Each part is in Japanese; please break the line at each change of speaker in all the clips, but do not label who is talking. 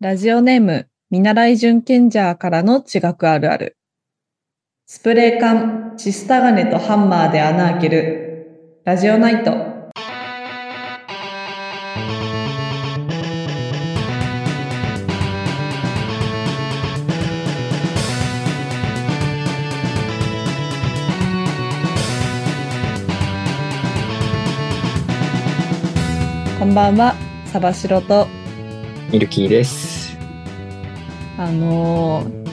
ラジオネーム、見習い準賢者からの地学あるある。スプレー缶、チスタガネとハンマーで穴開ける。ラジオナイト。こんばんは、サバシロと、
ミルキーです。
あのー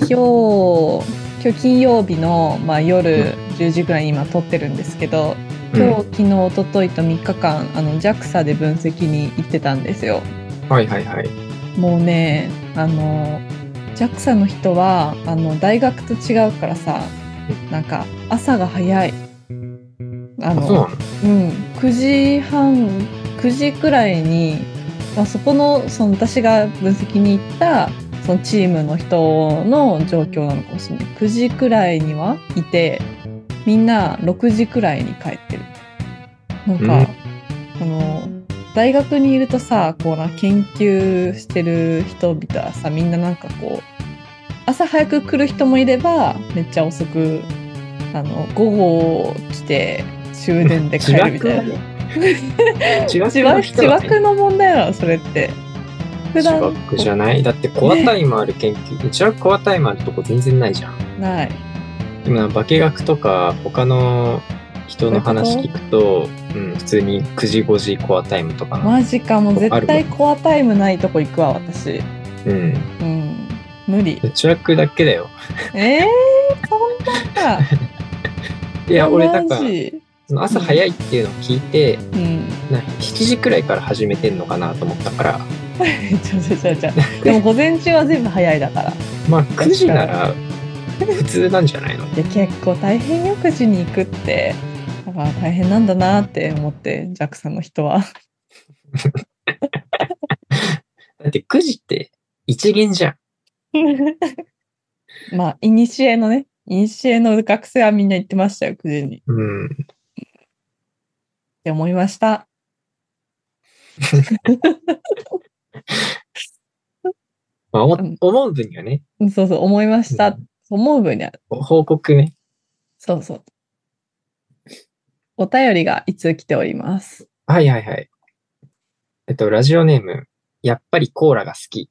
今日、今日金曜日の、まあ、夜10時ぐらいに今撮ってるんですけど、今日、昨日、一昨日と3日間、あの JAXA で分析に行ってたんですよ。
うん、はいはいはい。
もうね、あの JAXA の人はあの大学と違うからさ、なんか朝が早い。あ
あ、そうなの
うん、9時半9時くらいに、まあ、そこのその私が分析に行ったそのチームの人の状況なのかもしれない9時くらいにはいてみんな6時くらいに帰ってるなんか、あの大学にいるとさこうな研究してる人々はさみんななんかこう朝早く来る人もいればめっちゃ遅くあの午後来て終電で帰るみたいな。 自
自
爆
爆の人
自
だね
爆の問題なのそれって普
自
段
爆じゃないだってコアタイムある研究、うちはコアタイムあるとこ全然ないじゃん。
ない
でもなんか化学とか他の人の話聞くと、うん、普通に9時5時コアタイムとかな。
マジかもう
あ
絶
る
対コアタイムないとこ行くわ私
うん。
うん無 理
自爆だけだよ。
えー、そんなんか
い
い
や、俺なん
マ、
か
ジ
その朝早いっていうのを聞いて、
うん
な7時くらいから始めてんのかなと思ったから、
ちょちょちょちょでも午前中は全部早いだからい
まあ9時なら普通なんじゃないの
や結構大変よ9時に行くってだから大変なんだなって思って JAXA の人は
だって9時って一元じゃん。
まあいにしえのねいにしえの学生はみんな行ってましたよ9時にっ
うん。
て思いました
まあ、お
うん
思う分にはね、
うんそうそう、思いました。
うん
思う分には、
報告ね。
そうそう。お便りがいつ来ております。
はいはいはい。えっと、ラジオネーム、やっぱりコーラが好き。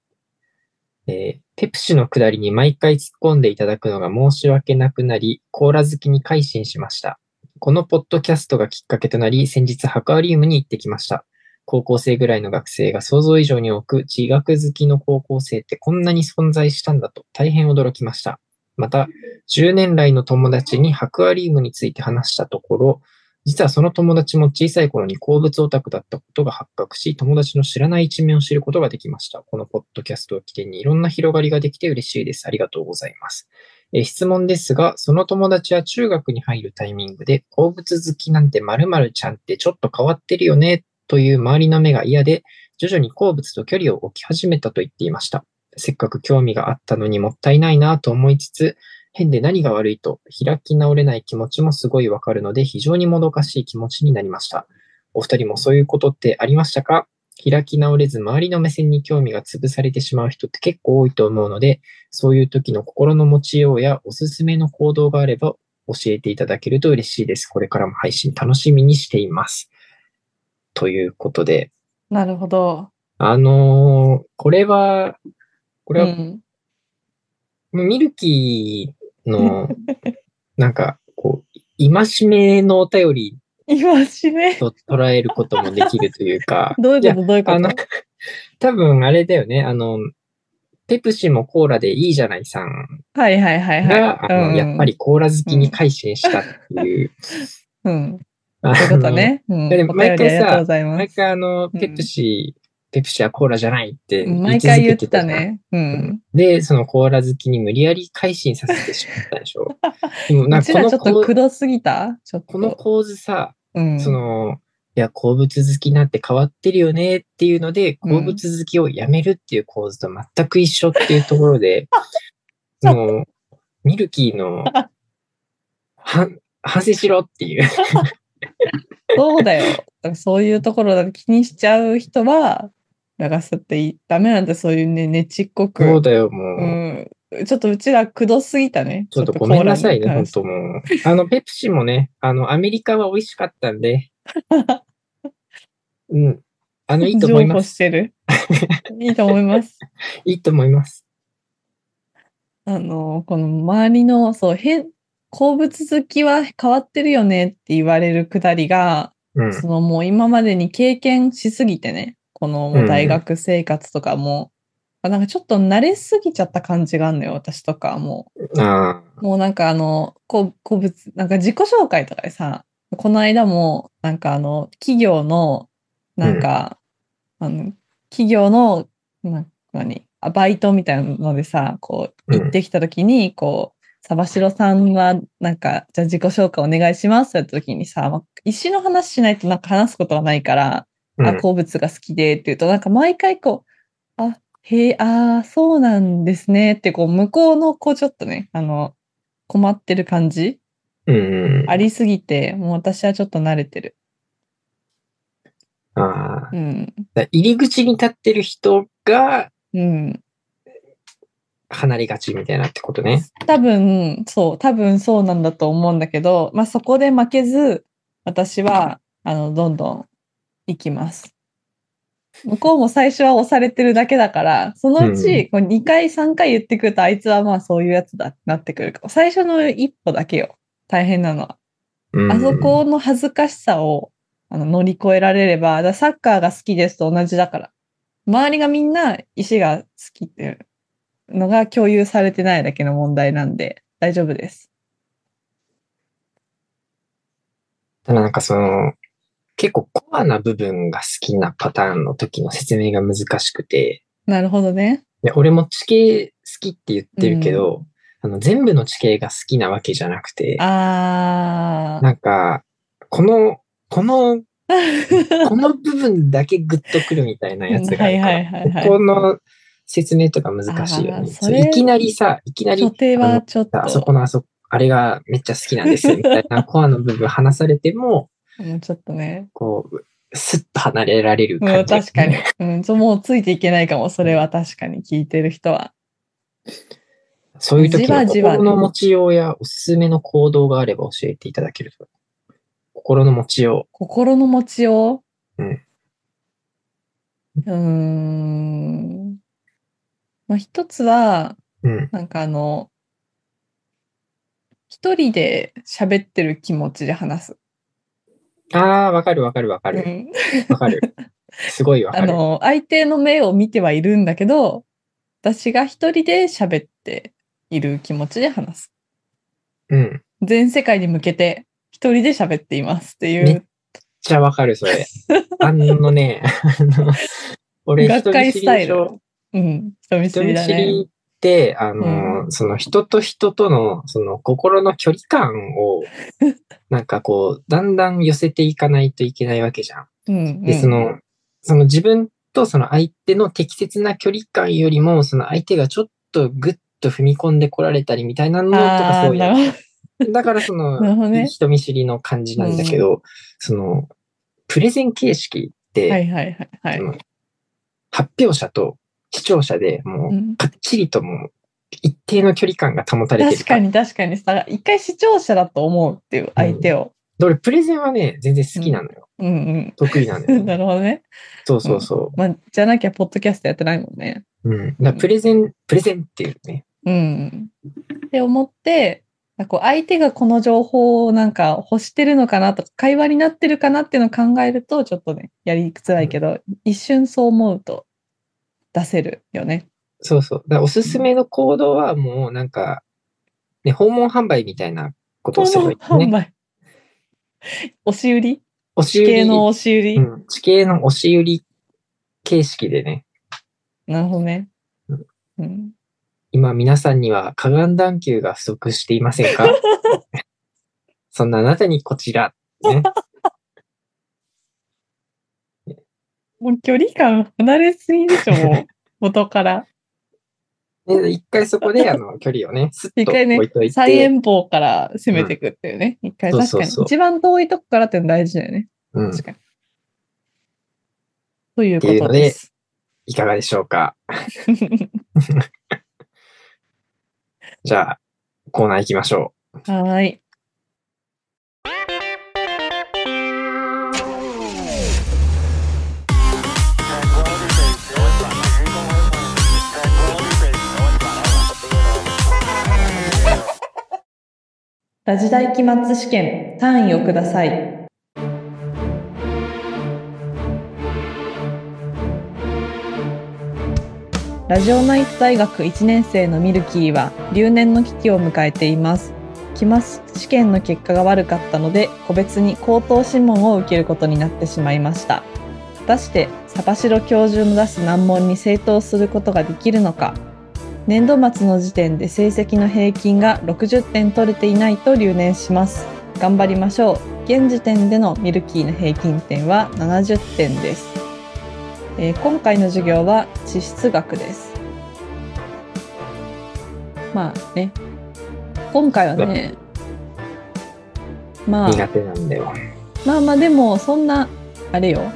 えーペプシの下りに毎回突っ込んでいただくのが申し訳なくなり、コーラ好きに改心しました。このポッドキャストがきっかけとなり、先日ハカリウムに行ってきました。高校生ぐらいの学生が想像以上に多く、地学好きの高校生ってこんなに存在したんだと大変驚きました。また、10年来の友達にハクアリウムについて話したところ、実はその友達も小さい頃に鉱物オタクだったことが発覚し、友達の知らない一面を知ることができました。このポッドキャストを起点にいろんな広がりができて嬉しいです。ありがとうございます。えー質問ですが、その友達は中学に入るタイミングで、鉱物好きなんて〇〇ちゃんってちょっと変わってるよね、という周りの目が嫌で、徐々に鉱物と距離を置き始めたと言っていました。せっかく興味があったのにもったいないなと思いつつ、変で何が悪いと開き直れない気持ちもすごいわかるので非常にもどかしい気持ちになりました。お二人もそういうことってありましたか開き直れず周りの目線に興味が潰されてしまう人って結構多いと思うので、そういう時の心の持ちようやおすすめの行動があれば教えていただけると嬉しいです。これからも配信楽しみにしています。ということで、
なるほど。
あのーこれは、これ
う
は
ん、
ミルキ ーの、なんか、こう、戒めのお便り
今しね。
と捉えることもできるというか
、どういうことどういうこ
あ
と
の、多分あれだよね、あの、ペプシもコーラでいいじゃないさん
はいはいはいはい。
が、あの
うん
やっぱ。りコーラ好きに改心したっていう。
うん。
あ
そういうこと
の。
ね。うん。お
で
便
も毎回さ
りありがとうございま
毎
す。
回あの、ペプシ、ペプシはコーラじゃないって
うん
言い
毎
続
回言
け
ってた
じゃん。
ね。うん。
で、そのコーラ好きに無理やり改心させてしまったでし ょ。でも
う
なん
ち
かこ
ら
の
ちょっと
こ
くどすぎたちょっと。
この構図さ、
うん。
その、いや、鉱物好きなんて変わってるよねっていうので、
うん
鉱物好きをやめるっていう構図と全く一緒っていうとこ ろで、その、ミルキーの、は、反省しろっていう。
そうだよ。だからそういうところだと気にしちゃう人は、らさっていいダメなんだ、そういうね、ねちっこく。
そうだよ、もう。
うん、ちょっとうちらくどすぎたね。
ちょっとごめんなさいね、
ほ
本
ん
当もう。あの、ペプシもね、あの、アメリカは美味しかったんで、うん。あの、いいと思い
譲歩
ま
し
す。
てる。いいと思います。
いいと思います。
あの、この周りの、そう、変、鉱物好きは変わってるよねって言われるくだりが、
うん。
そのもう今までに経験しすぎてね、このもう大学生活とかも、あなんかちょっと慣れすぎちゃった感じがあるのよ、私とかも
あ
う。もうなんかあの、こう、個物、なんか自己紹介とかでさ、この間も、なんかあの、企業の、なんか、あの、企業の、な何あバイトみたいなのでさ、こう、
うん
行ってきた時に、こう、サバシロさんは、なんか、じゃあ自己紹介お願いしますってやった時にさ、まあ石の話しないとなんか話すことがないから、
あ。う
あ、
ん。
鉱物が好きでって言うと、なんか毎回こう、あ、へえ、ああ、そうなんですねって、こう、向こうの、こう、ちょっとね、あの、困ってる感じ
うん。
ありすぎて、もう私はちょっと慣れてる。
ああ。
うん。
だ入り口に立ってる人が
うん。
離れがちみたいなってことね。
多分、そう、多分そうなんだと思うんだけど、まあ、そこで負けず、私は、あの、どんどん行きます。向こうも最初は押されてるだけだから、そのうち、こう2回、3回言ってくると、あいつはまあそういうやつだってなってくるから、最初の一歩だけよ。大変なのは。
うん
あそこの恥ずかしさをあの乗り越えられれば、だからサッカーが好きですと同じだから。周りがみんな石が好きっていうのが共有されてないだけの問題なんで大丈夫です。
ただなんかその、結構コアな部分が好きなパターンの時の説明が難しくて、
なるほどね。
いや俺も地形好きって言ってるけど、あの全部の地形が好きなわけじゃなくて、
あー。
なんか、この、この、この部分だけグッとくるみたいなやつがあるか
はいはいはいは
ら、
い
ここの説明とか難しいよ
あー
ね。
それ
そういきなりさ、いきなり
所定はちょっと。
あそこのあそこ、あれがめっちゃ好きな んですよみたいなコアの部分話されても、
もうちょっとね。
こう、スッと離れられ
う
る
ん、
感じ、
確かに。うん、ちょもうついていけないかも。それは確かに聞いてる人は。
そういう時
じわ
の
じわ
心の持ちようやおすすめの行動があれば教えていただけると。心の持ちよ
心の持ちよう。
うん
うーん。まあ、一つは、
う。うん。
なんかあの、一人で喋ってる気持ちで話す。
ああ、わかるわかるわか
う
る。
ん、
わか る。すごいわ
あ
かる。
の、相手の目を見てはいるんだけど、私が一人で喋っている気持ちで話す。
うん。めっ
全世界に向けて一人で喋っていますってい
ね
う、
ちゃわかる、それ。あ のね、あの、俺、
学
人見
会ス
知り
タ
で
イ
し
ル
ょ。。
うん、人見知
人
り
見
だ
知
ね。
りって、あの、その人と人との、その心の距離感 を、なんかこう、だんだん寄せていかないといけないわけじゃん。
うん、
で、その、その自分とその相手の適切な距離感よりも、その相手がちょっとぐっと踏み込んでこられたりみたいなのとか
ああー、
そうい
な
う。
るほど
だからその、
なるほどね
人見知りの感じなんだけど、その、プレゼン形式って、
はいはいはいはい。
うん発表者と視聴者でもう、
うん
かっちりともう一定の距離感が保たれてる
確かに確かにさ一回視聴者だと思うっていう相手を、
で俺プレゼンはね全然好きなのよ、
うん、うん
得意なの
な
よ
るほどね、
そうそうそ
まあ、じゃなきゃポッドキャストやってないもんね
う、うん、だからプレゼンプレゼンっていうね
うんって思ってこう相手がこの情報をなんか欲してるのかなとか会話になってるかなっていうのを考えるとちょっとねやりづらいけど、一瞬そう思うと出せるよね
そうそうだからおすすめの行動はもうなんか、ね、訪問販売みたいなことをすればいい
販
ね
売押し売り
押し
地
売り
形の押し売り、
うん、地形の押し売り形式でね
なるほどね
うん、
うん、
今皆さんには下眼眼球が不足していま せんかそんなあなたにこちら、ね、
もう距離感離れすぎでしょ、もう。 元から。
で一回そこ で、あの、距離をね、すっ
一
と
回ね
置いとい、て、
最遠方から攻めていくっていうね。一回
そう
確
そ
か
う
に
そう。
一番遠いとこからっていうの大事だよね。
うん、
確かに。というこ
っていう
と
ので
です。
いかがでしょう かじゃあ、コーナー行きましょ
はーい。ラジ大期末試験、単位をください。ラジオナイト大学1年生のミルキーは留年の危機を迎えています。期末試験の結果が悪かったので個別に口頭諮問を受けることになってしまいました果たしてサバシロ教授の出す難問に正答することができるのか年度末の時点で成績の平均が60点取れていないと留年します頑張りましょう現時点でのミルキーの平均点は70点です、えー今回の授業は地質学ですまあね今回はね
う。
まあ
苦手なんだよ。
まあまあでもそんなあれよ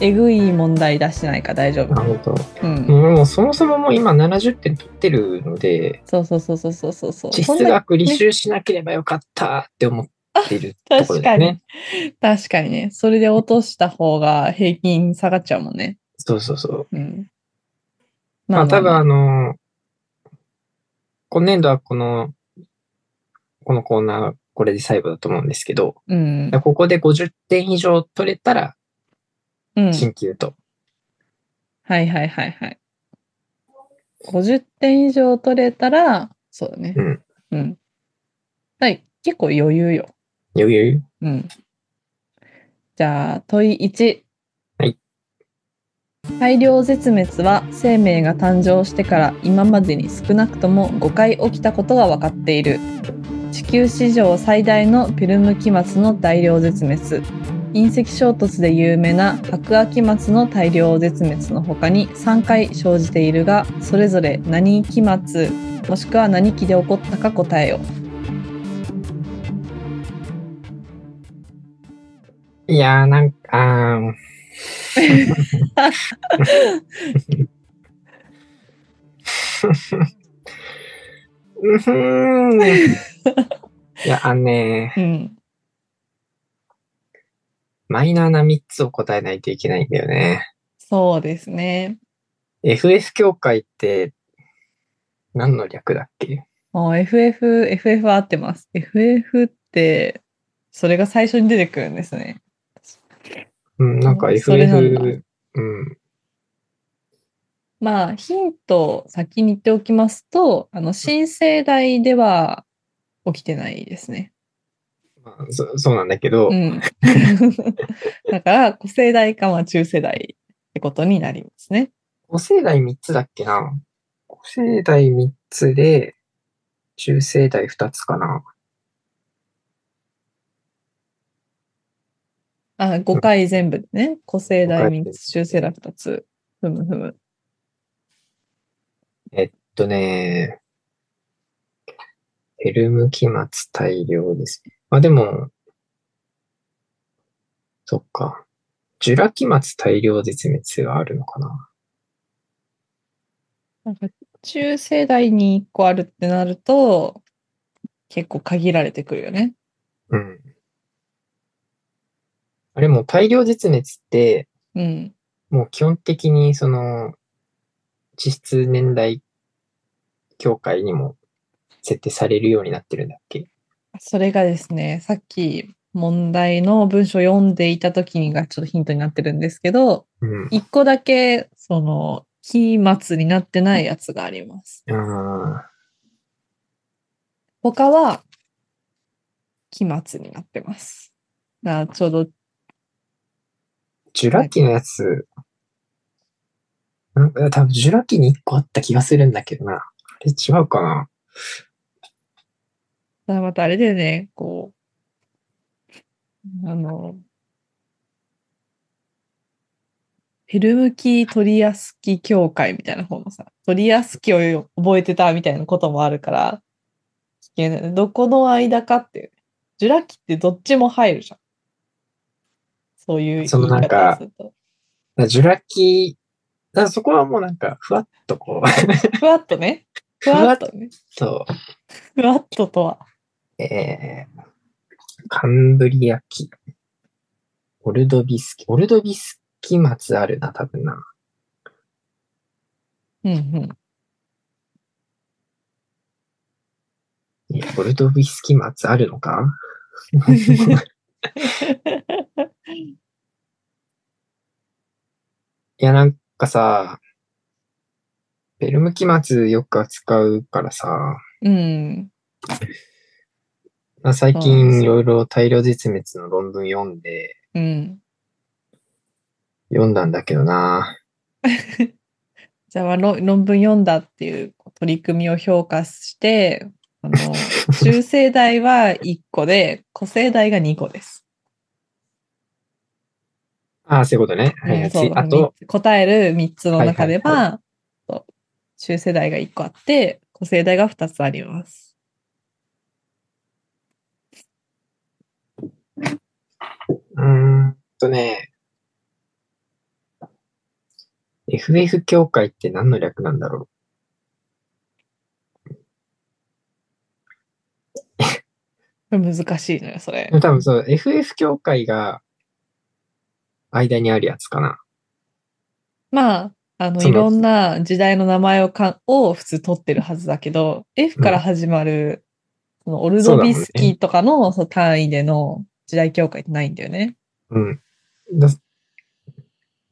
えぐい問題出してないから大丈
な
夫、
るほど。
うん、
もうそもそももう今70点取ってるので、
そうそうそうそうそうそうそう
地
そん
質
な
学履修しなければよかったって思ってるところ
確
で
かに、
すね。
確かにねそれで落とした方が平均下がっちゃうもんね
そうそうそう。
うん
まあ多分あの、今年度はこの、このコーナー、これで最後だと思うんですけど、
うん
ここで50点以上取れたら、
うん
進級と。
はいはいはいはい50点以上取れたらそうだね
うん
うんはい結構余裕よ
余裕
うん。じゃあ問い1。
はい。
大量絶滅は生命が誕生してから今までに少なくとも5回起きたことが分かっている。地球史上最大のピルム期末の大量絶滅。隕石衝突で有名な白亜紀末の大量絶滅の他に3回生じているが、それぞれ何期末もしくは何期で起こったか答えよ。
いやー、なんか、あーうふーん。いや、あのね、
うん。
マイナーな3つを答えないといけないんだよね。
そうですね。
FF 協会って、何の略だっけ
あ、FF、FF は合ってます。FF って、それが最初に出てくるんですね。
うん、なんか
うんそれなんだ
FF、うん、
まあ、ヒントを先に言っておきますと、あの、新生代では起きてないですね。
まあそ、そうなんだけど、
うん。 だから、古生代か、まあ、中世代ってことになりますね。
古生代3つだっけな古生代3つで、中生代2つかな
あ、5回全部でね。古生代
五回
3つ、中世代2つ。ふむふむ。
えっとね、ヘルム期末大量です。まあでも、そっか。ジュラ期末大量絶滅があるのかな。
なんか、中世代に1個あるってなると、結構限られてくるよね。
うん。あれもう大量絶滅って、
うん。
もう基本的にその、地質年代協会にも設定されるようになってるんだっけ
それがですね、さっき問題の文章を読んでいた時にがちょっとヒントになってるんですけど、
うん。
一個だけ、その、期末になってないやつがあります。
あ
他は、期末になってます。だからちょうど、
ージュラ紀のやつ、なんか多分ジュラ紀に1個あった気がするんだけどな。あれ違うかな
だからまたあれでね、こう、あの、ヘルムキー・トリアスキ協会みたいな方のさ、トリアスキをよ覚えてたみたいなこともあるから、危険だね。どこの間かっていう。ジュラキってどっちも入るじゃん。そういう言い
そのなん
方
か
をすると。
ジュラ紀だからそこはもうなんか、ふわっとこう、
ふわっとね。ふわっとね。
そ
ふわっととは。
う、えー、カンブリア紀。オルドビスキ、オルドビスキ末あるな、多分な。
うんうん。
えオルドビスキ末あるのか いや、なんかさ、ベルム期末よく扱うからさ、
うん。
まあ、最
そうなんで
近
す
い
よ
ろいろ大量絶滅の論文読んで、
うん。
読んだんだけどな。
じゃあまあ、論論文読んだっていう取り組みを評価して、あの、中生代は1個で、個生代が2個です。
ああ、そういうことね。はい、
うん
次
そう
あと、
み答える3つの中では、
はい
そう中世代が1個あって、個世代が2つあります。
うーんとね、FF 協会って何の略なんだろ
これ難しいのよ、それ
う。。多分そう、FF 協会が間にあるやつかな。
まあ、あの、
そ
い
の
ろんな時代の名前をかを普通取ってるはずだけど、F から始まる、そのオルドビスキーとかのその単位での時代境界ってないんだよね。
うん。だ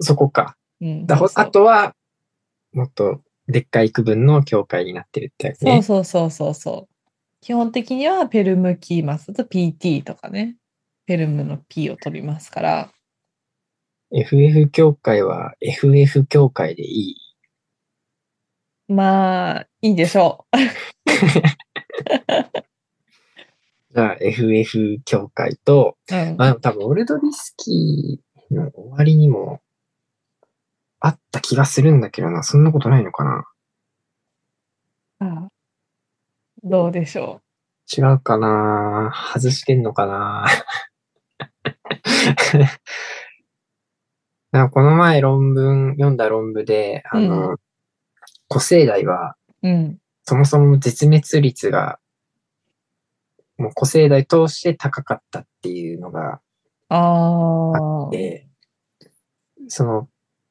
そこか。
うん。
だ
そうそう
あとは、もっとでっかい区分の境界になってるってやつ
そ
ね
う。そうそうそうそう。基本的にはペルムキーマスと PT とかね。ペルムの P を取りますから。
FF 協会は FF 協会でいい。
まあ、いいでしょう。
じゃあ FF 協会と、
うん
まあでも多分オルドリスキーの終わりにもあった気がするんだけどな。そんなことないのかな
あどうでしょ
違うかな外してんのかな なんかこの前論文、読んだ論文で、あの、古生代は
う。うん。
そもそも絶滅率が、もう古生代通して高かったっていうのが
ああ
あっ。て、その、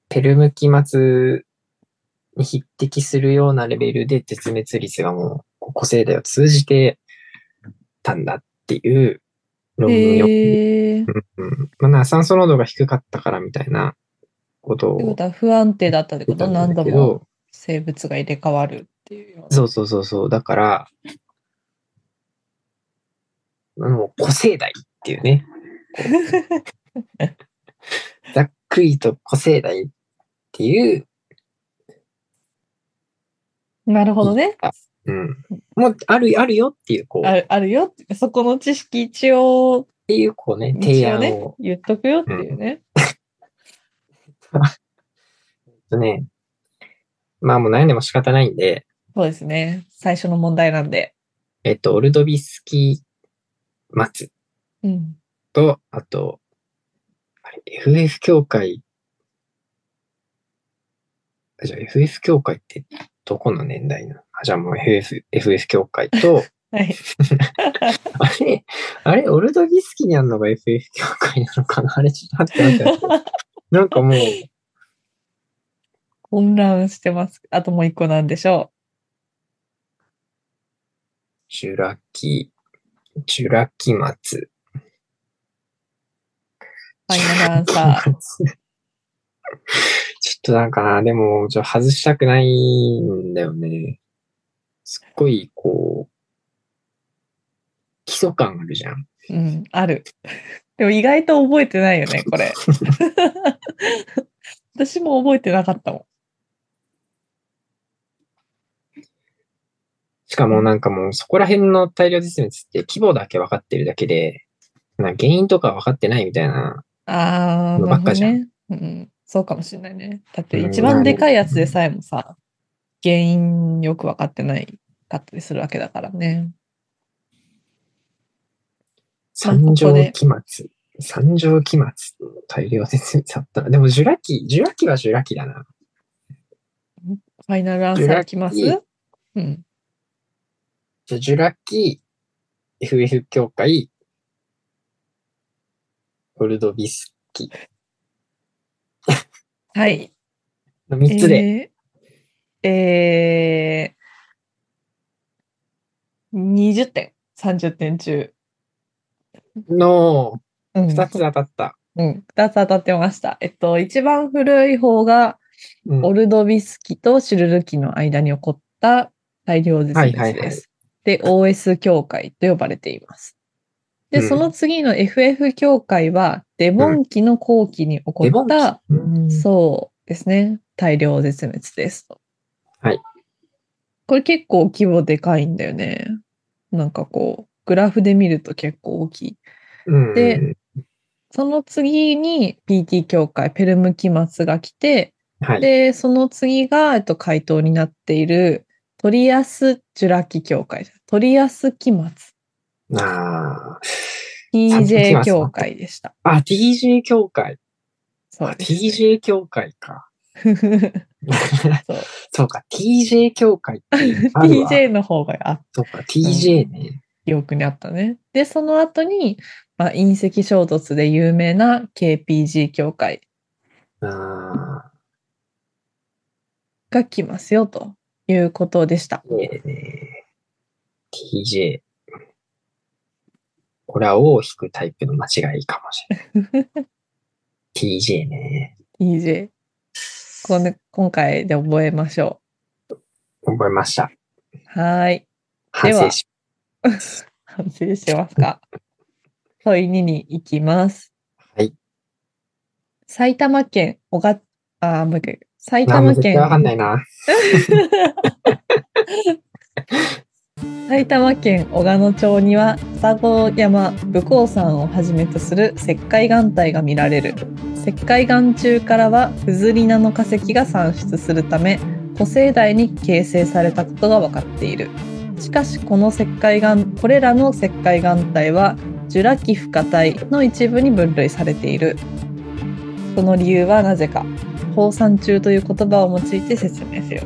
ペルム期末に匹敵するようなレベルで絶滅率がもう古生代を通じてたんだっていう論文よ。
へえ。っ
うんまあな、酸素濃度が低かったからみたいなこと
てこ
を
とは不安定だったって
言
こ
っ
と
たん
何
だ
度
け
も
ど、
生物が入れ替わるっていうような。
そうそうそうそう。だから、もう、古生代っていうね。こうざっくりと古生代っていう、
なるほどね。
うん。もう、ある、あるよっていう、こう、
あ
っ
るあるよって。そこの知識一応、
ていう、こうね、
一
提
応
案
ね
を、、
言っとくよっていうね。
ね。まあ、もう悩んでも仕方ないんで、
そうですね。最初の問題なんで。
えっと、オルドビスキー末
うん。
と、あと、あれ、FF 協会、あじゃあ FF 協会ってどこの年代なのあじゃあもう FF、FF 協会と、
はい。
あれ、あれ、オルドギスキにあるのが FF 協会なのかなあれ、ちょっと待って待って待って。なんかもう、
混乱してます。あともう一個なんでしょ
ジュラキ、ジュラキ末。
う。ファイナルアンサー。
ちょっとなんかな、でも、ちょっと外したくないんだよね。すっごい、こう、基礎感あるじゃん。
うん、ある。でも意外と覚えてないよね、 これ。私も覚えてなかったも
しかもなんかもう、そこら辺の大量絶滅って規模だけ分かってるだけで、なんか原因とか分かってないみたいな。
ん。ああ、
の
なるほ
ばっ
ど
かじゃん
ね。うん、そうかもしれないね。だって
うん
一番でかいやつでさえもさ、原因よく分かってないかったりするわけだからね。まあここ
三
で
条期末。三条期末。大量絶滅あったな。でも、ジュラキ、ジュラキはジュラキだな。
ファイナルアンサーいきます
ジュラ
うん。
ジュジュラキー、FF 協会、オルドビスキ
はい。
の3つで、
えー。えー、20点。30点中。
の
うん。
2つ当たった。
うん、二つ当たってました。えっと、一番古い方が、
うん
オルドビスキとシルルキの間に起こった大量絶滅です。
はいはいはい
で、OS 協会と呼ばれています。で、
うん
その次の FF 協会は、デモン期の後期に起こ
デボ
っ
ンキ
た、
うん
そうですね、大量絶滅ですと。
はい。
これ結構規模でかいんだよね。なんかこう、グラフで見ると結構大きい。
うん
でその次に PT 協会、ペルム期末が来て、
はい。
で、その次が、えっと、回答になっている、トリアス・ジュラキ協会、トリアス期末、
あー
TJ 協会でした。
あ、TJ 協会。
そ
あ
うですね
TJ 協会か。
そう
そうか、TJ 協会ってあ るわ。
TJ の方があ
そうか、TJ ね。
記憶にあったね。で、その後に、まあ、隕石衝突で有名な KPG 協会
あ
が来ますよ、ということでした。
ーいいね。TJ。これは尾を引くタイプの間違いかもしれ ない。TJ ね。
TJ。こん今回で覚えましょ
覚えました。
う。はーい。
反省し、
反省してますか。問い2に行きます。
はい。
埼玉県小が、あー、もう一回。埼
なもう
玉
絶対わかんな
県、
いな。
埼玉県小鹿野町には、双子山武甲山をはじめとする石灰岩帯が見られる。石灰岩中からは、フズリナの化石が産出するため、古生代に形成されたことが分かっている。しかしこの石灰岩これらの石灰岩帯はジュラ紀不可帯の一部に分類されているその理由はなぜか放散中という言葉を用いて説明せよ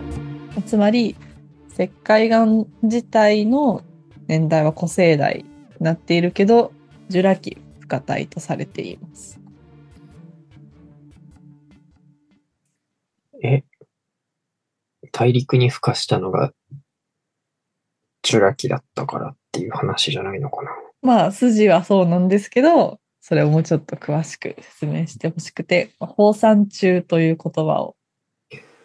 つまり石灰岩自体の年代は古生代になっているけどジュラ紀不可帯とされています
え大陸に孵化したのが、ジュラ紀だったからっていう話じゃないのかな。
まあ筋はそうなんですけどそれをもうちょっと詳しく説明してほしくて「放散中」という言葉を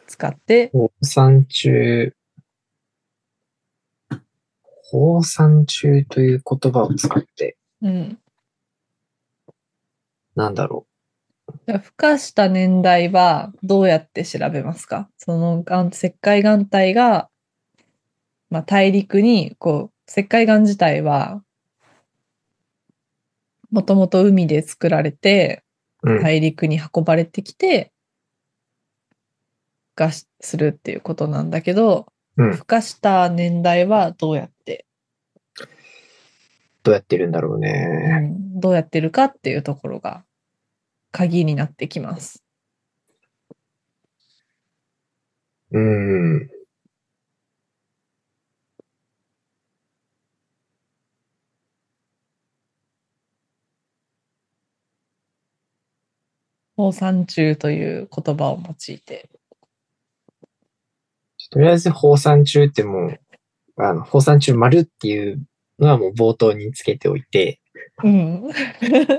使って
放散中、放散中という言葉を使って、
うん、
なんだろ
じゃあ孵化した年代はどうやって調べますかその岩石灰岩帯が、まあ、大陸にこう石灰岩自体はもともと海で作られて
う。うん。
大陸に運ばれてきて孵化しするっていうことなんだけど
うん
孵化した年代はどうやって、
どうやってるんだろう
う
ね。
ん、どうやってるかっていうところが鍵になってきます。
うん。
放散中という言葉を用いて。
とりあえず放散中ってもう、あの、放散中丸っていうのはもう冒頭につけておいて、
うん。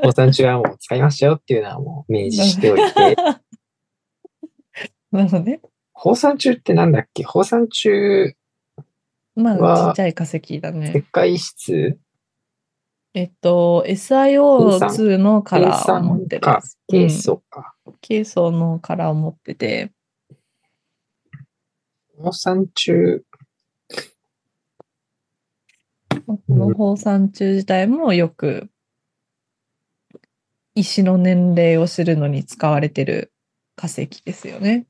放散中はもう使いましたよっていうのはもう明示しておい て、
なるほどね。
放散中ってなんだっけ放散中、
まあ、ち
は
っちゃい化石だ
石
ね。
灰質
えっと、SIO2 のカラーを持ってる
か
やつ。、
ケイ素か。
うん。ケイ素のカラーを持ってて。
放散中、
この放散中自体もよく石の年齢を知るのに使われてる化石ですよね。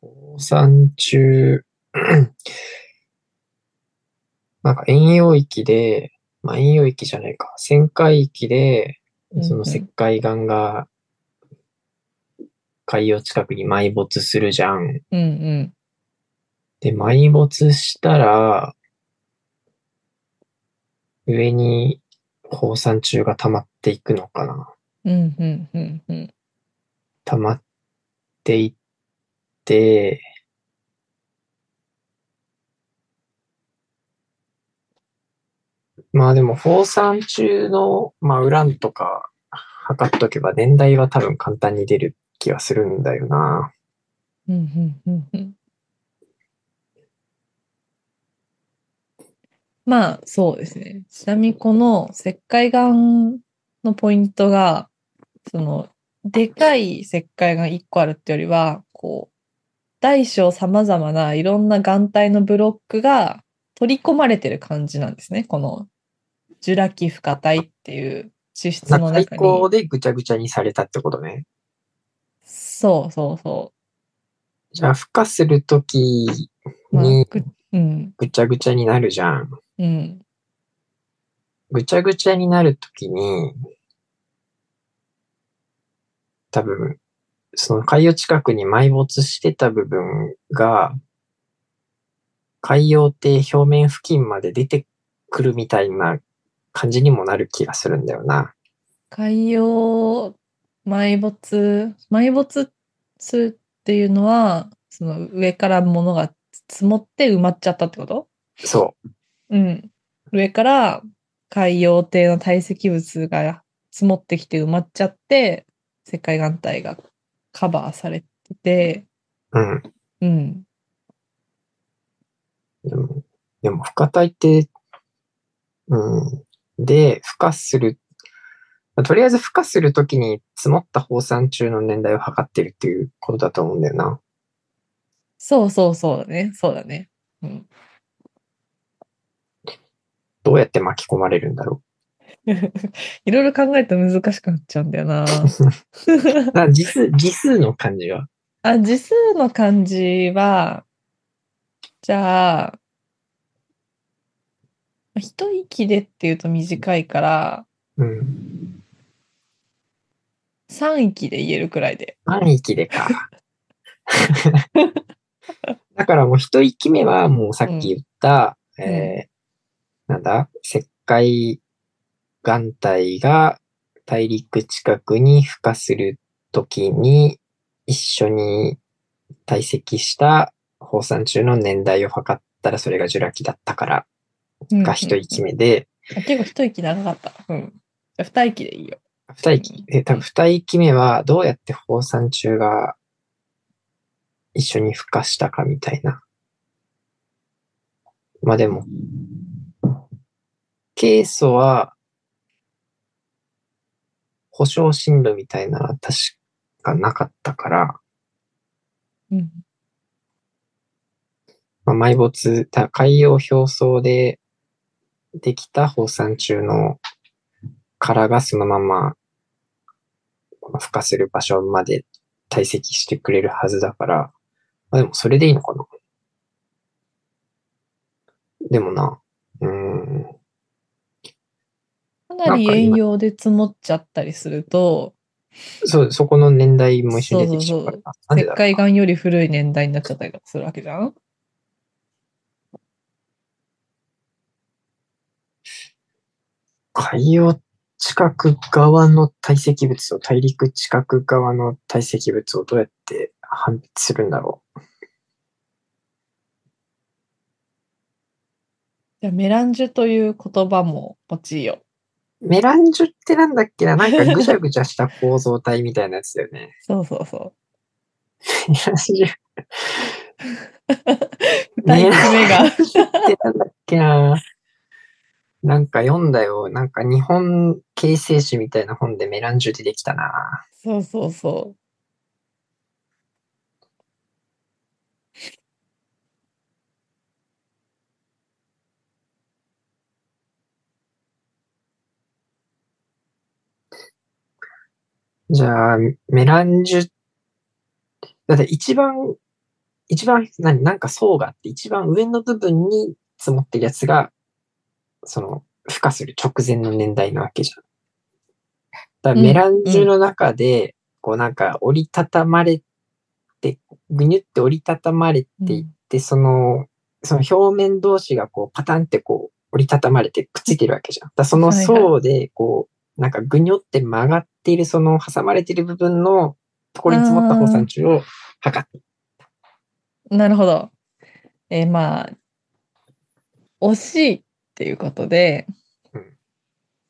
放散中、 なんか遠洋域で、まあ、遠洋域じゃないか、旋回域で、その石灰岩が海洋近くに埋没するじゃん。
うんうん。
で、埋没したら、上に放散虫が溜まっていくのかな。
うんうんうんうん。
溜まっていって、まあでも、放散中の、まあ、ウランとか測っとけば年代は多分簡単に出る気はするんだよな。
うんうんうんうん。まあ、そうですね。ちなみにこの石灰岩のポイントが、その、でかい石灰岩1個あるってよりは、こう、大小様々ないろんな岩体のブロックが取り込まれてる感じなんですね。この、ジュラ紀不可体っていう地質の中
最
に。
高でぐちゃぐちゃにされたってことね。
そうそうそ
じゃあ、孵化するとき
う。まあ
に
ぐうん、
ぐちゃぐちゃになるじゃん。
うん、
ぐちゃぐちゃになるときに、多分、その海洋近くに埋没してた部分が、海洋って表面付近まで出てくるみたいな感じにもなる気がするんだよな。
海洋埋没埋没するっていうのはその上から物が積もって埋まっちゃったってこと
そう。
うん上から海洋底の堆積物が積もってきて埋まっちゃって石灰岩体がカバーされてて
うん。
うん
でも、でも、孵化体って、うん。で、孵化する。とりあえず孵化するときに積もった放散中の年代を測ってるっていうことだと思うんだよな。
そうそうそうだねそうだね うん
どうやって巻き込まれるんだろ
いろいろ考えると難しくなっちゃうんだよな。
う。あ、時数、時数の感じは。
あ、字数の漢字は、じゃあ、一息でっていうと短いから、
うん。
三息で言えるくらいで。
半息でか。だからもう一息目はもうさっき言った、えー、なんだ、石灰岩体が大陸近くに孵化するときに一緒に堆積した放散中の年代を測ったらそれがジュラ紀だったから
うん
が一息目で、
あ結構一息長かった。うん。じゃあ二息でいいよ。
二息、で、多分二息目はどうやって放散中が一緒に孵化したかみたいな。まあでも、ケイ素は保証進路みたいなのは確かなかったから、
うん。
まあ、埋没、た海洋表層でできた放散中の殻がそのまま孵化する場所まで堆積してくれるはずだから、まあ、でもそれでいいのかなでもな、うーん、
かなり遠洋で積もっちゃったりすると、
そう、そこの年代も一緒に出てきちゃうから、なんで
石
だろう
灰岩より古い年代になっちゃったりとかするわけじゃん
海洋近く側の堆積物を大陸近く側の堆積物をどうやって判別するんだろ
じゃあメランジュという言葉も用いよう。
うメランジュってなんだっけななんかぐちゃぐちゃした構造体みたいなやつだよね。
そうそうそう。
メランジュ。
二息目が。
ってなんだっけななんか読んだよ。なんか日本形成史みたいな本でメランジュ出てきたな
そうそうそう。
じゃあ、メランジュ、だって一番、一番、何、なんか層があって、一番上の部分に積もってるやつが、その、孵化する直前の年代なわけじゃん。だからメランジュの中で、こうなんか折りたたまれて、ぐにゅって折りたたまれていって、その、その表面同士がこうパタンってこう折りたたまれてくっついてるわけじゃん。だからその
はいはい
層でこう、なんかぐにょって曲がっているその挟まれてる部分のところに積もった放散中を測って。
なるほど。えーまあ、惜しいっていうことで、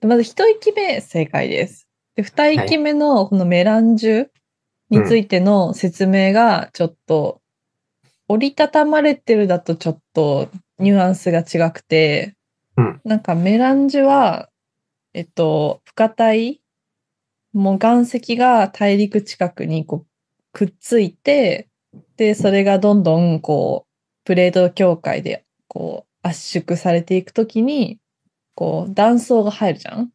まず一息目正解です。で、二息目のこのメランジュについての説明がちょっと、折りたたまれてるだとちょっとニュアンスが違くて、
うん
なんかメランジュは、えっと、不硬い、もう岩石が大陸近くにこうくっついて、で、それがどんどん、こう、プレート境界で、こう、圧縮されていくときに、こう、断層が入るじゃん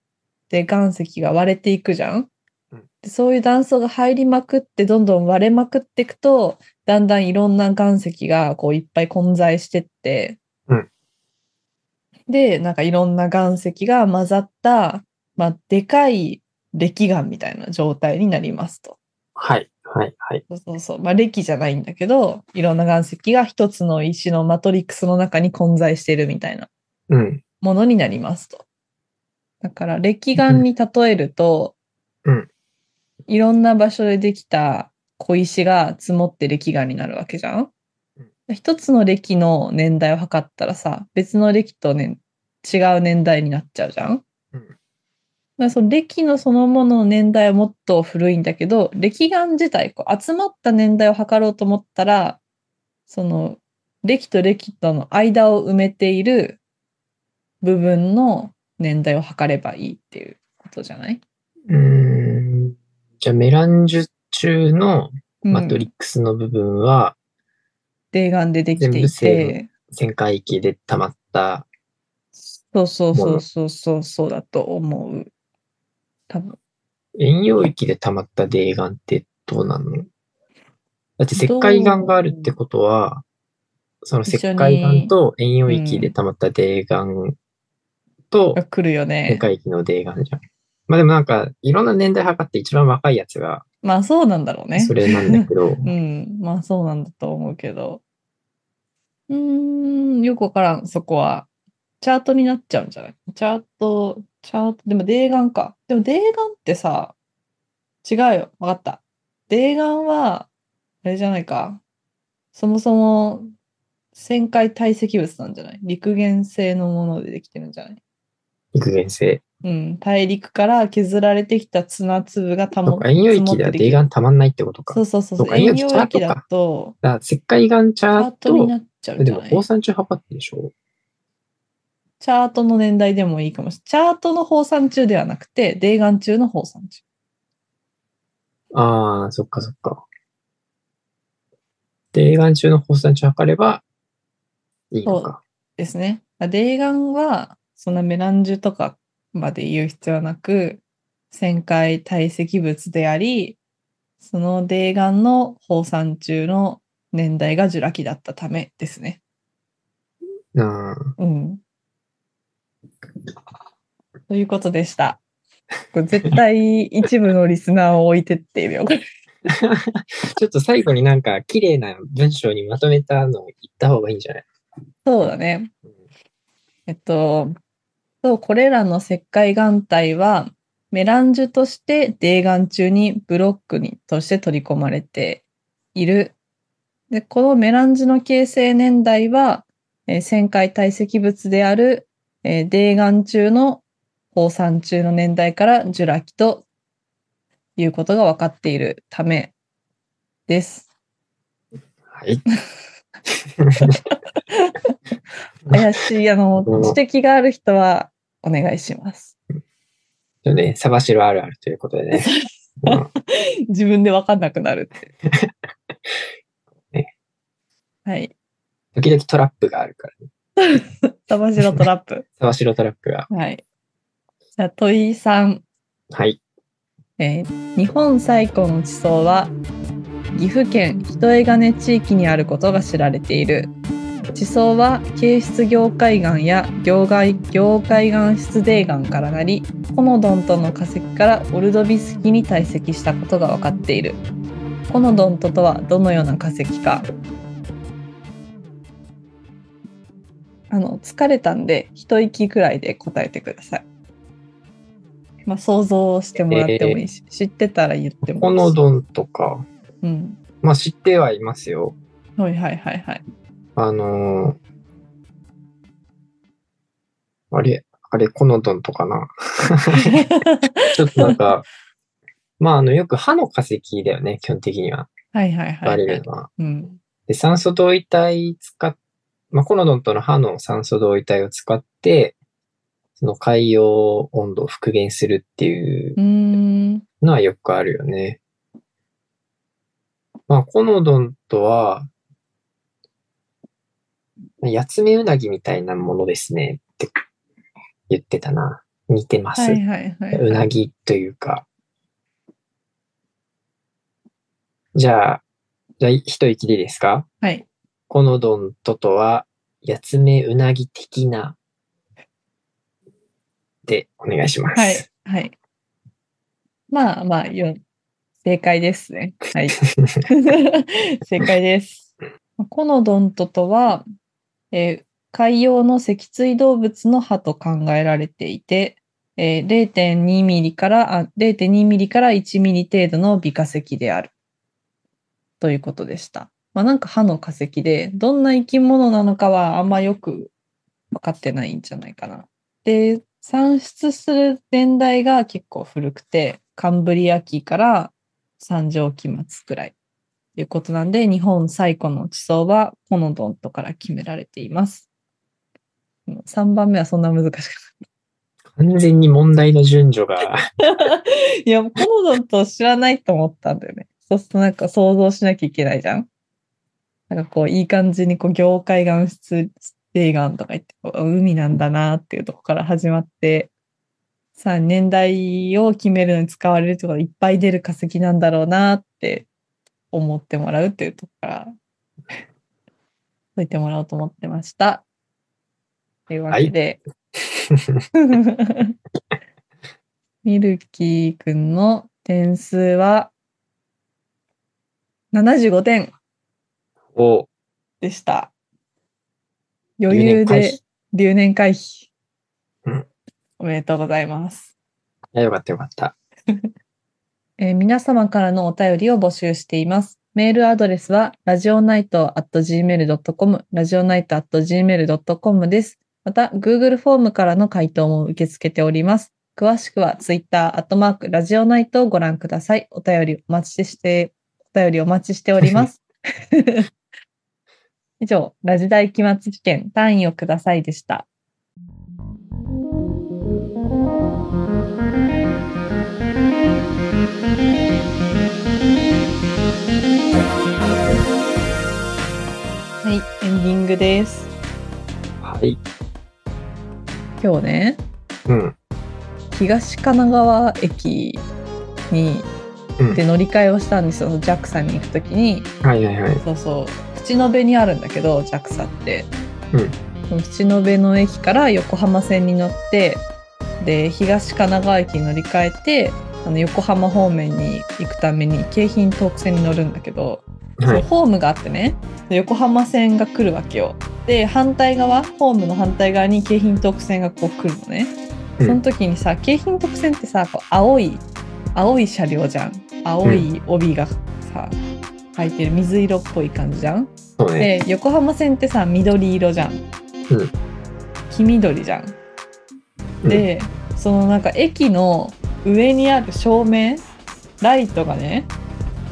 で、岩石が割れていくじゃん
うん
でそういう断層が入りまくって、どんどん割れまくっていくと、だんだんいろんな岩石が、こう、いっぱい混在してって、
うん
で、なんかいろんな岩石が混ざった、まあ、でかい礫岩みたいな状態になりますと。
はい、はい、はい。
そうそうそう。まあ、歴じゃないんだけど、いろんな岩石が一つの石のマトリックスの中に混在しているみたいな
うん、
ものになりますと。だから、歴岩に例えると、
うん
いろんな場所でできた小石が積もって歴岩になるわけじゃん一つの歴の年代を測ったらさ、別の歴とね、違う年代になっちゃうじゃん
うん、
まあ、その歴のそのものの年代はもっと古いんだけど歴眼自体こう集まった年代を測ろうと思ったらその歴と歴との間を埋めている部分の年代を測ればいいっていうことじゃない、
うーん。じゃあメランジュ中の
うん、
マトリックスの部分は、
泥眼でできて
全
い
部成
て
全海域で溜まった。
そうそう
も
そ
の
うそうそうそうだと思う多分
遠洋域で溜まった泥岩ってどうなのだって石灰岩があるってことは、その石灰岩と遠洋域で溜まった泥岩と
が来るよ
全
ね
海域の泥岩じゃん。まあでもなんか、いろんな年代測って一番若いやつが
まあそうなんだろうね
それなんだけど、
うん、まあそうなんだと思うけど。うーん、よくわからん、そこは。チャートになっちゃうんじゃないチャート、チャート、でも泥眼か。でも泥眼ってさ、違うよ、わかった。泥眼は、あれじゃないか。そもそも、旋回堆積物なんじゃない陸原性のものでできてるんじゃない
幾原性。
うん、大陸から削られてきた砂粒がた
そ
も
うか、遠洋域では泥岩溜まんないってことか。
そ
だ
うそうそうそ
そう
う、
か
遠洋
遠洋域
域
チャート
だ
か
と、
から石灰岩チ
チ
ャ
ャ
ー
ートにな
ト、
っちゃうん
で
じゃ
も
ない
高山中測ってでしょ
チャートの年代でもいいかもしれない。チャートの放散中ではなくて、泥眼中の放散中。
ああ、そっかそっか。で、映画中の放散値を測ればいいのか。
ですね。泥眼は、そんなメランジュとかまで言う必要はなく、旋回堆積物であり、その泥眼の放散中の年代がジュラ紀だったためですね。
うん。
うん。ということでした。これ絶対一部のリスナーを置いてってよ。
ちょっと最後になんか綺麗な文章にまとめたのを言った方がいいんじゃない
そうだね。えっと、そうこれらの石灰岩体は、メランジュとして泥岩中にブロックにとして取り込まれている。で、このメランジュの形成年代は、えー旋回堆積物である、えー泥岩中の放散中の年代からジュラ紀ということが分かっているためです。
はい。
怪しい、あの、
うん
指摘がある人はお願いします。
ちょっとね、サバシロあるあるということでね。うん
自分で分かんなくなるって。はい。
時々トラップがあるからね。
タバシロトラップ。
サバシロトラップが。
はい。じゃあ、問いさん。
はい。
えー日本最古の地層は岐阜県人江金地域にあることが知られている地層は形質業界岩や業界業界岩質泥岩からなりコノドントの化石からオルドビスキに堆積したことが分かっているコノドントとはどのような化石かあの疲れたんで一息くらいで答えてくださいまあ想像してもらってもいいし、知ってたら言っても
コ
いいし
ノドンとか、
うん
まあ知ってはいますよ。
はいはいはい はい
あのーあれ、あれ、コノドンとかな。ちょっとなんか、まああの、よく歯の化石だよね、基本的には。
はいはい
バ
は
レ
い、
るのは。
うん
で、酸素同位体使っ、まあ、コノドンとの歯の酸素同位体を使って、その海洋温度を復元するっていう
うーん
のはよくあるよね。まあ、コノドンとは、ヤツメウナギみたいなものですねって言ってたな。似てます。
はいはいはい、
うなぎというか。じゃあ、じゃあ、一息でいいですか
はい。
コノドンととは、ヤツメウナギ的な、で、お願いします。
はい。はい。まあまあ、よ正解ですね。 はい。正解です。コノドントとは、えー海洋の脊椎動物の歯と考えられていて、えー0.2ミリから、あ、0.2ミリから1ミリ程度の微化石である。ということでした。まあなんか歯の化石で、どんな生き物なのかはあんまよく分かってないんじゃないかな。で、産出する年代が結構古くて、カンブリア紀から三畳紀末くらいということなんで、日本最古の地層はコノドントから決められています。3番目はそんな難しく
完全に問題の順序が、
いや、コノドンと知らないと思ったんだよね。そうするとなんか想像しなきゃいけないじゃん。なんかこう、いい感じにこう、業界岩質、泥岩とか言って、こう海なんだなっていうとこから始まって、さあ、年代を決めるのに使われるとか、いっぱい出る化石なんだろうなって思ってもらうっていうとこから、解いてもらおうと思ってました。というわけで、ミルキーくんの点数は75点
を、
でした。余裕
回避
で留年回避。
うん
おめでとうございます。
いやよかったよかった。
えー皆様からのお便りを募集しています。メールアドレスは、ラジオナイト at gmail.com、ラジオナイト at gmail.com です。また、Google フォームからの回答も受け付けております。詳しくは Twitter、アットマーク、ラジオナイトをご覧ください。お便りお待ちして、お便りお待ちしております。 以上、ラジ大期末試験、単位をくださいでした。はい、エンディングです。
はい。
今日ね、
うん。
東神奈川駅に
うん
で乗り換えをしたんですよ、JAXA に行く時に
はいはいはい。
そうそう淵野辺にあるんだけど JAXA って、
うん
その淵野辺の駅から横浜線に乗ってで東神奈川駅に乗り換えてあの横浜方面に行くために京浜東北線に乗るんだけど、
は
そう
い。
ホームがあってねで横浜線が来るわけよで反対側ホームの反対側に京浜東北線がこう来るのね
うん
その時にさ京浜特線ってさこう青い青い車両じゃん青い帯がさ入ってる水色っぽい感じじゃん
そうね。
で横浜線ってさ緑色じゃん、
うん
黄緑じゃんで、そのなんか駅の上にある照明ライトがね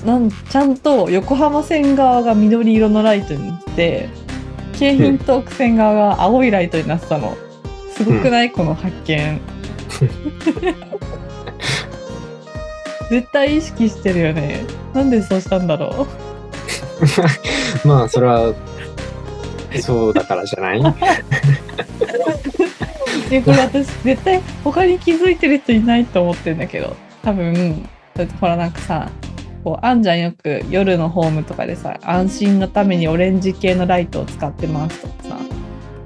なんちゃんと横浜線側が緑色のライトになって京浜東北線側が青いライトになってたのすごくない、この発見絶対意識してるよねなんでそうしたんだろ
うん、まあ、それは、そうだからじゃない
うでこれ私絶対他に気づいてる人いないと思ってんだけど多分ほらなんかさこうあんじゃんよく夜のホームとかでさ安心のためにオレンジ系のライトを使ってますとかさ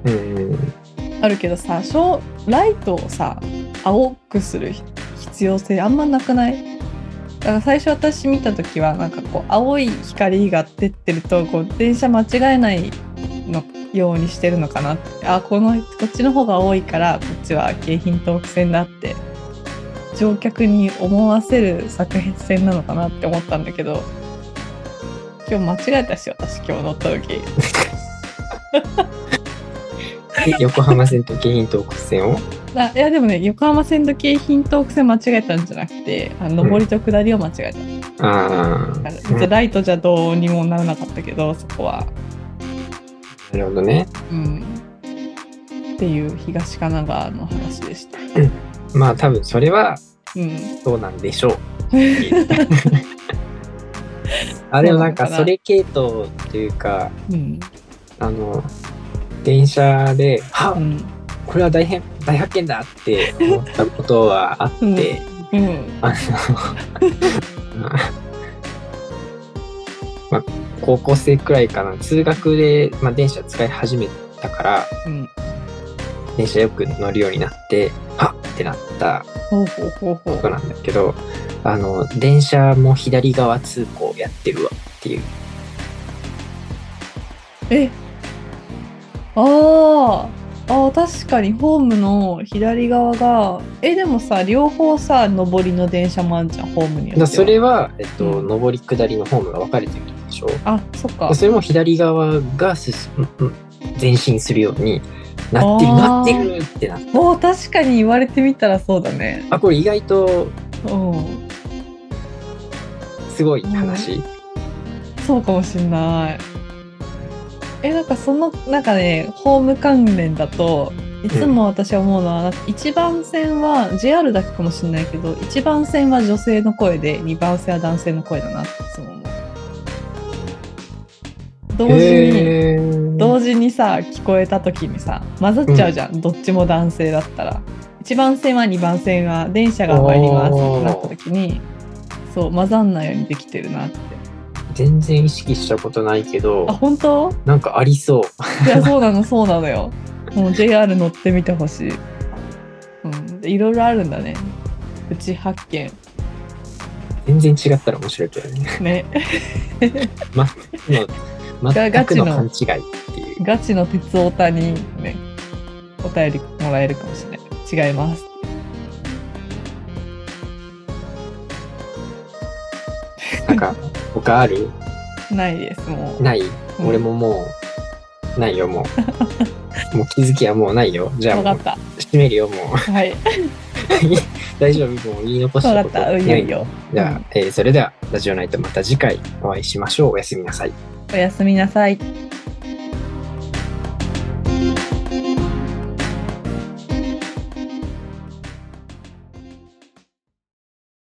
うんうんうん。
あるけどさショーライトをさ青くする必要性あんまなくないだから最初私見た時はなんかこう青い光が出てるとこう電車間違えないのようにしてるのかなってあこのこっちの方が多いからこっちは京浜東北線だって乗客に思わせる作品線なのかなって思ったんだけど今日間違えたし私今日乗った時
で横浜線と京浜東北線を。
あいやでもね横浜線と京浜東北線間違えたんじゃなくてあの
うん
上りと下りを間違えた、
ああ。
だからじゃあライトじゃどうにもならなかったけどそこは
なるほどね。
うんっていう東神奈川の話でした
まあ多分それは
うん
そうなんでし ょう。あでもなんかそれ系統っていうか
うん
あの電車で「
う
は
ん
これは大変大発見だ!」って思ったことはあって、
うんうん
あの まあ高校生くらいかな通学で、まあ、電車使い始めたから
うん
電車よく乗るようになって「はっ!」ってなった
ほうほうほうほ
こと
う
なんだけどあの電車も左側通行やってるわっていう
えあーあー確かにホームの左側がえでもさ両方さ上りの電車もあんじゃんホームによ
だ
って
か
は
らそれは、えっと
うん
上り下りのホームが分かれてるでしょ
あそっか
それも左側が進むうん前進するようになってる
あー
なってるってな
もう確かに言われてみたらそうだね。
あこれ意外と
うん。
すごい話、
そうかもしんない。え、なんかその、なんかね、ホーム関連だと、いつも私は思うのは、なんか一番線は、JR だけかもしんないけど、一番線は女性の声で、二番線は男性の声だなっていつも思う。同時に、
へー
同時にさ聞こえた時にさ混ざっちゃうじゃん、どっちも男性だったら1番線は2番線は電車が参りますってなった時にそう混ざんないようにできてるなって
全然意識したことないけ
あ
ど
本当
なんかありそう
いやそうなのそうなのよもう JR 乗ってみてほしい、うん、でいろいろあるんだねうち発見
全然違ったら面白いけど ね
ね
もう
ガ
全
ガ
く
チの
の勘違いっていう
ガチの鉄オタにねお便りもらえるかもしれない違います
なんか他ある
ないですもう
ない
うん
俺ももうないよも うもう気づきはもうないよじゃあ
分か
もう
った
閉めるよもう
はい
大丈夫もう言い残し
分か
た
っ
こと
たうんいいよいいよ
じゃあ、
うん
えーそれではラジオナイトまた次回お会いしましょうおやすみなさい
おやすみなさい